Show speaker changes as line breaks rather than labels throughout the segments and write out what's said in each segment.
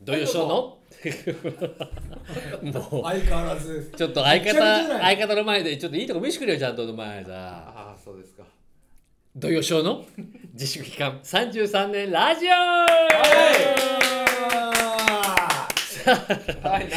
土曜ショーのも
相変わらずです
うちょっと相
めちゃめ
方
ちゃない
相方の前でちょっといいとこ見してくれよちゃんとお前さ
ああそうですか
土曜ショーの自粛期間33年ラジオ
はい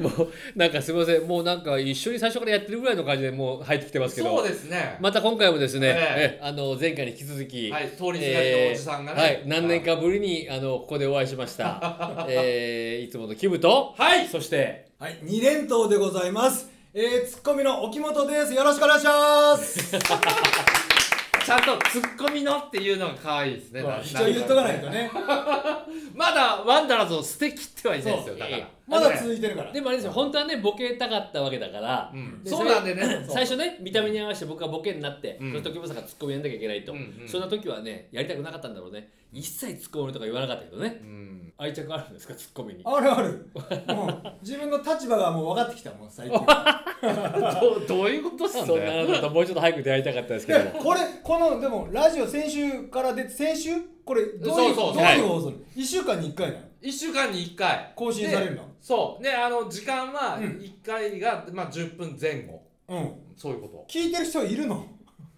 な
もうなんかすみませんもうなんか一緒に最初からやってるぐらいの感じでもう入ってきてますけど
そうですね、
また今回もですね、
え
えあの前回に引き続き、
はい通りすがりのおじさんがね、
えーはい、何年かぶりにあのここでお会いしま した、えー、いつものキムと
はい
そして
はい二連投でございますえー、ツッコミの沖本ですよろしくお願いします
ちゃんとツッコミのっていうのが可愛いですねな
一応言っとかないとね
まだワンダラーズを捨てきってはいないんですよ
そう
だから、
ええ
まだ続いてるから
でもあれですよ本当はねボケたかったわけだから、
うん
で
そうなんでね
最初ね見た目に合わせて僕はボケになって、
うん
その時もさんがツッコミやんなきゃいけないと、
うんうん
そんな時はねやりたくなかったんだろうね一切ツッコミとか言わなかったけどね
うん
愛着あるんですかツッコミに
あるあるもう自分の立場がもう分かってきたもん最近
どどういうことっす
そんなあ
ね
なたともうちょっと早く出会いたか ったですけども
これこのでもラジオ先週からで先週これどういう
そうそうそう
どういう放送、一週間に一回なの
1週間に1回
更新されるの
でそうねあの時間は
うん
1回が、まあ、10分前後
うん
そういうこと
聞いてる人いるの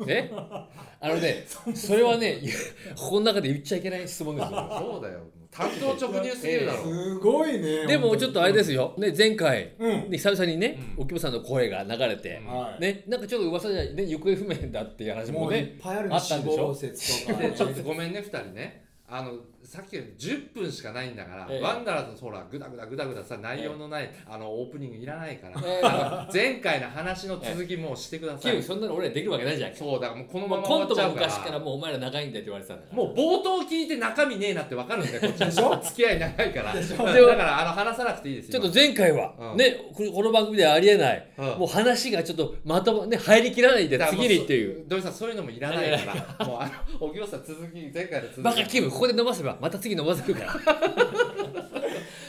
ねあのねそれはねいやここの中で言っちゃいけない質問ですよ
そうだよ担当直入すぎるだろ、
すごいね
でもちょっとあれですよ、ね、前回、
うん
ね、久々にね、
うん
おきもさんの声が流れて、
はい
ね、なんかちょっと噂じゃ、ね、行方不明だっていう話
も
も
ういっ
ね、
ぱいある
あ
ね
った
死
んでしょ
亡説と か
でちょっ
ね
とごめんね2人ねあのさっきより10分しかないんだから、
ええ
ワンダラーズのほらグダグダグダグダさ内容のない、あのオープニングいらないから、
ええ
あの前回の話の続きもうしてくだ
キ
さい、
ム、そんなの俺らできるわけないじゃん。
そうだからもうこの
も
ま
う
ま
コン
終わ
ト
っちゃ
も
うから
昔からもうお前ら長いんだって言われてたんだから。
もう冒頭聞いて中身ねえなって分かるんだよこっち
でしょ
付き合い長いから
でしょ
だからあの話さなくていいです
ちょっ
よ
と前回は、
うん
ね、ここの番組ではありえない、
うん
もう話がちょっとまとま、ね、入りきらないで
だからも
次にっていう。
土井さんそういうのもいらないからもうあのおぎょうさん続き前回の続き
バカキム、ここで伸ばせば、また次伸ばせるから。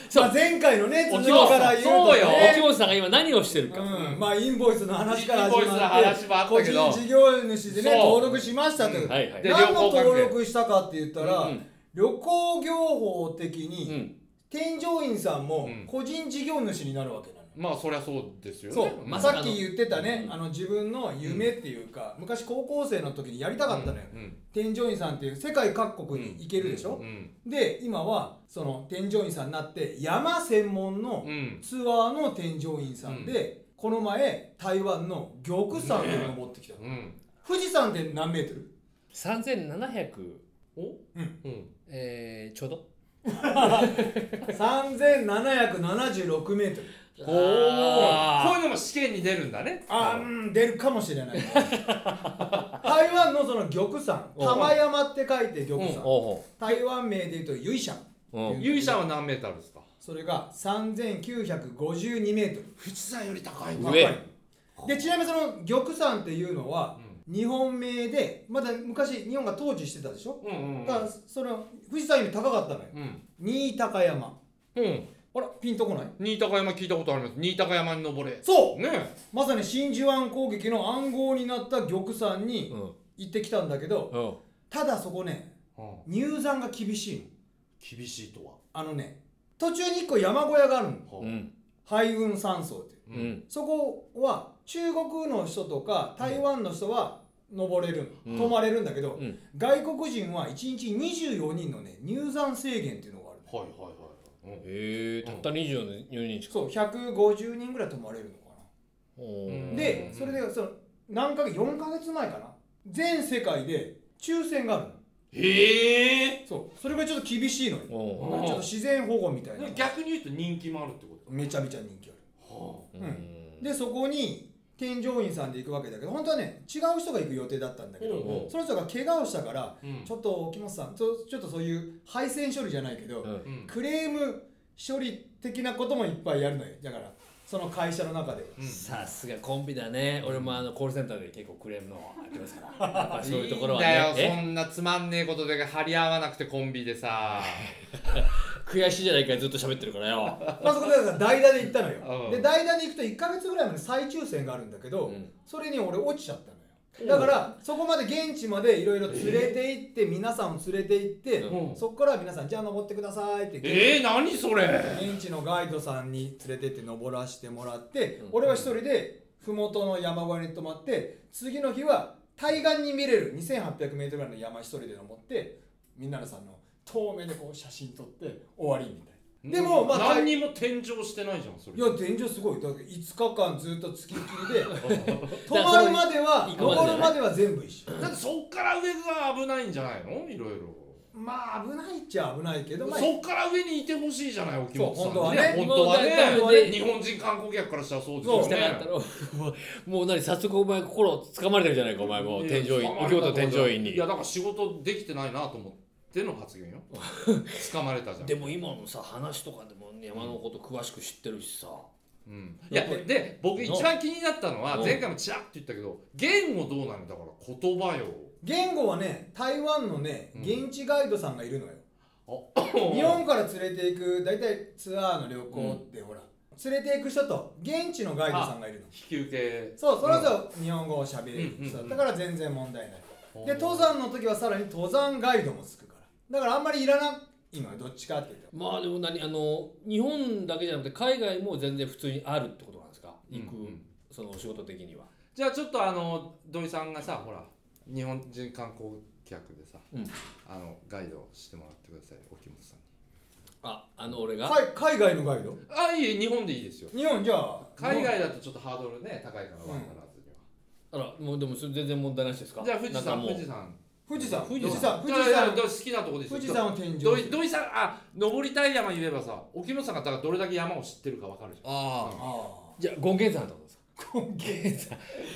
そう
まあ前回のね
お
続
嬢
きから言うと
そうよ
おき
ね
もさんが今何をしてるか。
うんまあインボイスの話から
インボイスの話もあった
個
け
人
ど
事業主でね
そう
登録しましたと
う
い
ん
う
はいはい。
で
何
旅
の
行関係
登録したかって言ったら、
うんうん
旅行業法的
う
に、
ん。
添乗員さんも
うん
個人事業主になるわけなの、
まあそりゃそうですよね
そう、
まさか
さ
の
っき言ってたね、
うん
あの自分の夢っていうか、昔高校生の時にやりたかったのよ、
うんうん
添乗員さんっていう世界各国に行けるでしょ、
うん
で今はその添乗員さんになって山専門の
うん
ツアーの添乗員さんで、この前台湾の玉山で登ってきたの、
うん
富士山で何メートル
3700、
お
うん
うん
えー、ちょうど。
3776メートル
お
あー
おこういうのも試験に出るんだね
あーうん出るかもしれない 台湾のその玉山
おう
玉山って書いて
う
玉
ん
山
お
台湾名で言うと由シャン
うおう。うん。
勇者は何メーターですか
それが3952メートル
富士山より高い
わ
高いでちなみにその玉山っていうのは日本名でまだ昔日本が統治してたでしょ
うんうんうん
だからその富士山より高かったのよ
うん
新高山
うん
あらピンとこない
新高山聞いたことあります新高山に登れ
そう
ねえ
まさに真珠湾攻撃の暗号になった玉山に
うん。
行ってきたんだけど
うん。
ただそこね入山が厳しいの
厳しいとは
あのね途中に1個山小屋があるの
はあ
うん。
海運山荘っていう
う
うんん。
そこは中国の人とか台湾の人は登れるの、
うん
泊まれるんだけど、
うん
外国人は1日24人のね入山制限っていうのがあるの
はいはいはいはい
へえたった24人しか。
そう150人ぐらい泊まれるのか
お
う
な
ー
ん
でそれでその何ヶ月4ヶ月前かな全世界で抽選があるの
へえ
そうそれがちょっと厳しいのよ
お
うん
ちょっと自然保護みたいな
逆に言うと人気もあるってこ
めちゃめちゃ人気ある
と
う
うんでそこに添乗員さんで行くわけだけど本当はね違う人が行く予定だったんだけど、
うん
その人が怪我をしたから、
うん
ちょっと沖本さんちょちょっとそういう配線処理じゃないけど、
うん
うん
クレーム処理的なこともいっぱいやるのよだからその会社の中で。
うん
さすがコンビだね。俺もあのコールセンターで結構クレームの入ってます から。やっぱそういうところはい
いんだよ
ね。
そんなつまんねえことで張り合わなくてコンビでさ
え悔しいじゃないかずっと喋ってるからよ。
まあそこでだから代打で行ったのよ、
うん
で代打に行くと1ヶ月ぐらいまで再抽選があるんだけど、
うん
それに俺落ちちゃったのよだからそこまで現地までいろいろ連れて行って皆さんを連れて行って
うん
そこから皆さんじゃあ登ってくださいって
えー、何それ
現地のガイドさんに連れてって登らしてもらって
うん
俺は一人で麓の山小屋に泊まって次の日は対岸に見れる 2800m ぐらいの山一人で登ってみんなのさんの遠目でこう写真撮って終わりみたいな。でもまあ
何にも天井してないじゃんそれ
いや天井すごいだから5日間ずっとつきっきりで 泊
ら
まるまでは
行くまでね
登るまでは全部一緒
だってそっから上が危ないんじゃないのいろいろ
まあ危ないっちゃ危ないけどまあ
そっから上にいてほしいじゃない沖本さん
そう本当はね
ね本当はね
もうだって
日本人観光客からしたらそうです
行
よ
きたかった
ね
ろもう何早速お前心を掴まれてるじゃないかお前もう添乗員
いや
沖本添乗員
い
に
やだから仕事できてないなと思っての発言よ掴まれたじゃん
でも今のさ話とかでも山のこと詳しく知ってるしさ
うん、いやで僕一番気になったのは
うん
前回もちらっと言ったけど言語どうなのだから言葉よ
言語はね台湾のね
うん
現地ガイドさんがいるのよ、日
日
本から連れていく大体ツアーの旅行って、ほら連れていく人と現地のガイドさんがいるの
引き受け
そうそれぞれ日本語をしゃべれる
うん
人
うん
だから全然問題ない、で登山の時はさらに登山ガイドもつくからだからあんまりいらないのよどっちかっていうと
まあでも何あの日本だけじゃなくて海外も全然普通にあるってことなんですか行く、
うんうん
そのお仕事的には
じゃあちょっとあの土井さんがさほら日本人観光客でさ、
うん
あのガイドしてもらってください沖本さんに
ああの俺が
海海外のガイド
あいいえ日本でいいですよ
日本じゃあ
海外だとちょっとハードルね高いから
うん
ワンカラーズには、
あらもうでもそれ全然問題なしですか
じゃあ富士
なん
山
かもう
富士山
富士山
富士
富士
山
山
富士
富士
山
山
好きなとこですよ
富士山を天井
土井土井さんあ登りたい山言えばさ沖本さんがだからどれだけ山を知ってるかわかるじ
ああ
あ
じゃあ権現山ってことですか権現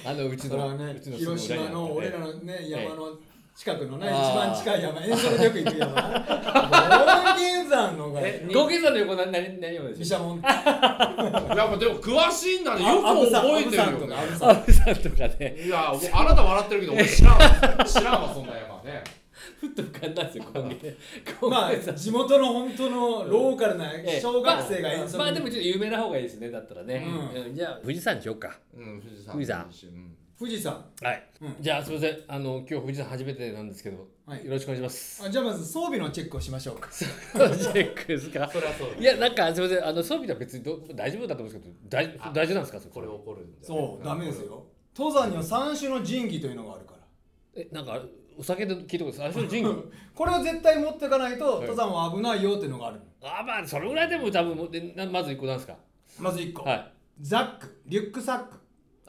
山あのう
あ
ち
それ
の
はね
うちのすぐ裏に
広
ある
島の俺らの
え
ね
え
山の近くのね
あ
一
ー
番近い山遠足でよく行く山権現山のガイ
え
権現山の横な何何山
ド
で
毘
しょ
沙
ゃ
門
んいやもうでも詳しいんだねよく
あアブさん
覚えてるよ
アブさんと
ね
かアブさん
阿部さんとかね
いやおあなた笑ってるけど俺知らんわ知らんわそんな山ね
ふっと浮かんだんですよ権現
ま
権現
あ地元の本当のローカルな
ええ
小学生が遠足に
まあでもちょっと有名な方がいいですねだったらね、
うん
うんじゃあ富士山にしようか
うん富
富
士山
士山
もいいしうん
富士山
はい、
うん
じゃあすみませんあの今日富士山初めてなんですけど、
はい
よろしくお願いし ます
あじゃあまず装備のチェックをしましょうか
チェックですか
そりゃそうだ
いやなんかすみませんあの装備は別にど大丈夫だと思うんですけど大
あ
大丈夫なんですかそれ
これ怒るんだよね
そうダメですよ登山には3種の神器というのがあるから
えなんかお酒で聞いたこと最初のジング
これを絶対持っていかないと
はい
登山は危ないよっていうのがあるの
あまあそれぐらいでも多分もうでなまず一個なんですか
まず1個
はい
ザックリュックサック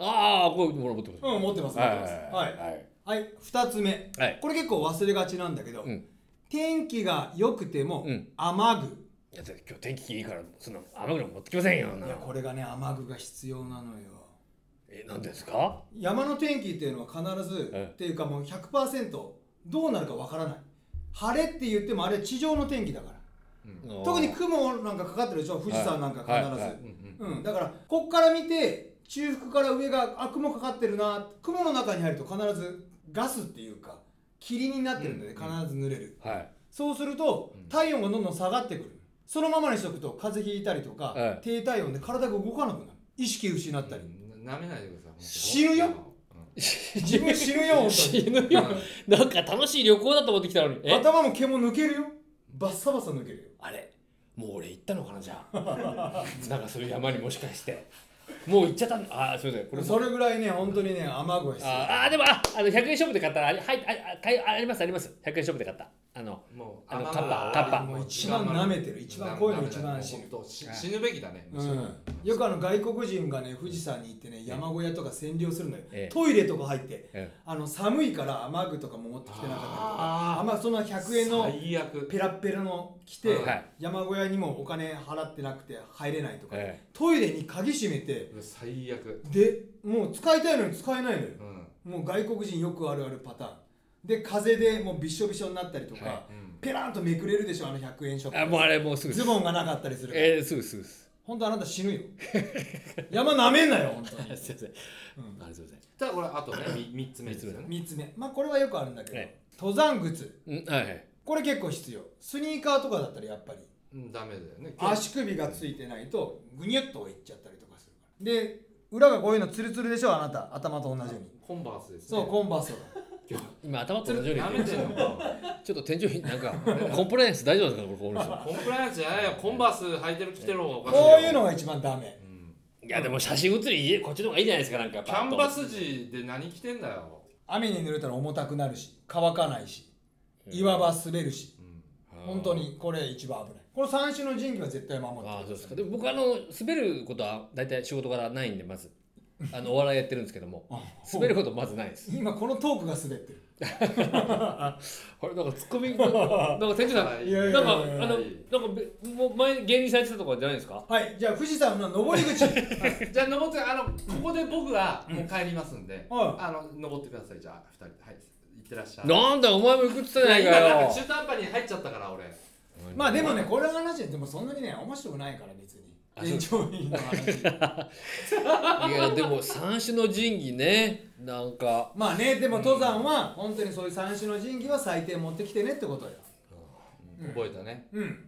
ああこういうもの持ってます
うん持ってます持ってます
はい
はいはい2つ目
はい
これ結構忘れがちなんだけど
うん
天気が良くても
うん
雨具
いやだって今日天気いいからそんな雨具なんか持ってきませんよない
やこれがね雨具が必要なのよ
えなんですか
山の天気っていうのは必ず、
ええ
っていうかもう100%どうなるかわからない晴れって言ってもあれ地上の天気だから特に雲なんかかかってるでしょ富士山なんか必ず、
はいはいはい
うんうん
うん、だからこっから見て中腹から上があ雲かかってるな雲の中に入ると必ずガスっていうか霧になってるんで、ね
うん
必ず濡れる
はい
そうすると
うん
体温がどんどん下がってくるそのままにしとくと風邪ひいたりとか、
え
低体温で体が動かなくなる意識失ったり、
うんな舐めないでください
死ぬよ自分死ぬよ本当 に
死ぬよなんか楽しい旅行だと思ってきたのにえ
頭も毛も抜けるよバッサバサ抜けるよ
あれもう俺行ったのかなじゃあ なんかそういう山にもしかしてもう行っちゃったんああすいませんこれ
それぐらいね本当にね雨具が必要
あーあーでもああの100円ショップで買ったらあれはいああ買いあありますあります100円ショップで買ったあの
もう
あの
甘
カッパ
々
カッパ
もう一番舐めてる一番こういうの一番死ぬ
本当死死ぬべきだね
うん、よくあの外国人がね富士山に行ってね山小屋とか占領するのよ、
ええ
トイレとか入って
え
あの寒いから雨具とかも持ってきてなかったりと
あ
か
ー
あんまそんな100円の
最悪
ペラッペラの着て、
はい
山小屋にもお金払ってなくて入れないとか、
え
トイレに鍵閉めて
うわ最悪
でもう使いたいのに使えないのよ
うん
もう外国人よくあるあるパターンで風でもうびっしょびしょになったりとか、
は
うん
ペランとめくれるでしょあの100円ショ
あ
ッ
もうあれもうす
プ
ぐ
ズボンがなかったりするから
えー、すぐすぐす
本当あなた死ぬよ 山なめんなよ本当
ぐ
に
すいません
うん
あれすいません
ただこれあとねみ三つ目ですよね
三つ目まあこれはよくあるんだけど、
え
登山靴
うんはいはい
これ結構必要スニーカーとかだったらやっぱり
うんダメだよね
足首がついてないとぐにゅっといっちゃったりとかするからで裏がこういうのツルツルでしょあなた頭と同じように
コンバースですね
そうコンバースとか
今頭と同じように
なめてんのか
ちょっと天井になんかコンプライアンス大丈夫ですかこれこの人
コンプライアンスじゃないよコンバース履いてる着てる方がおかしいよ
こういうのが一番ダメ
うん
いやでも写真写りこっちの方がいいじゃないですかなんか
キ
パ
ャ
ッ
ン
と
バス地で何着てんだよ、
雨に濡れたら重たくなるし乾かないし岩場滑るし
うん
本当にこれ一番危ないこの三種の神器は絶対守ってくだ
ああ
さい
そうですかでも僕あの滑ることは大体仕事からないんでまずあのお笑いやってるんですけども
あ
滑ることまずないです
今このトークが滑ってる
あれなんかツッコミなんか天井さん
いやいやい
な
や
んかあ
いや
のなんかべもう前芸人さんやってたとかじゃないですか
はいじゃあ富士山の登り口 はい
じゃあ登ってあのここで僕はもう帰りますんで、
は
あの登ってくださいじゃあ二人ではい行ってらっしゃい
なんだお前も行くっつったじゃない
い
か
や今なん
よ
か中途半端に入っちゃったから俺
まあでもねこれの話でもそんなにね面白くないから別に
あそう
延長員の話
いやでも三種の神器ねなんか
まあねでも登山は本当にそういう三種の神器は最低持ってきてねってことようん
覚えたね
うん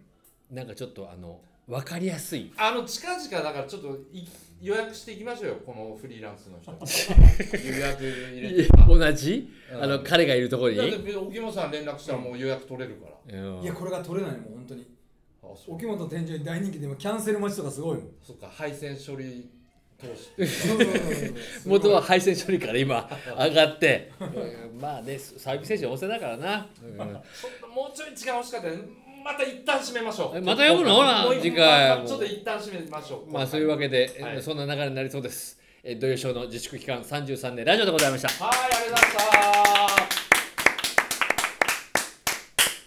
なんかちょっとあの分かりやすい
あの近々だからちょっとい予約していきましょうよこのフリーランスの 人に予約入れてさ
同じあの
うん
彼がいるところに
だって沖本さん連絡したらもう予約取れるか
うん
ら、
いやこれが取れないもう本当に
あそう
沖本天井に大人気でもキャンセル待ちとかすご いもん
そっか配線処理投資
そうそうそうそう
元は配線処理から 今上がって、うんまあねサービス精神旺盛だからな、
ちょっともうちょい時間欲しかったねまた一旦閉めましょ
え
う
また呼ぶのほら
もう一
次回
まあまあちょっと一旦閉めましょう
まあそういうわけで、え
はい
そんな流れになりそうですえ土曜ショーの自粛期間33年ラジオでございました
はいありがとうございました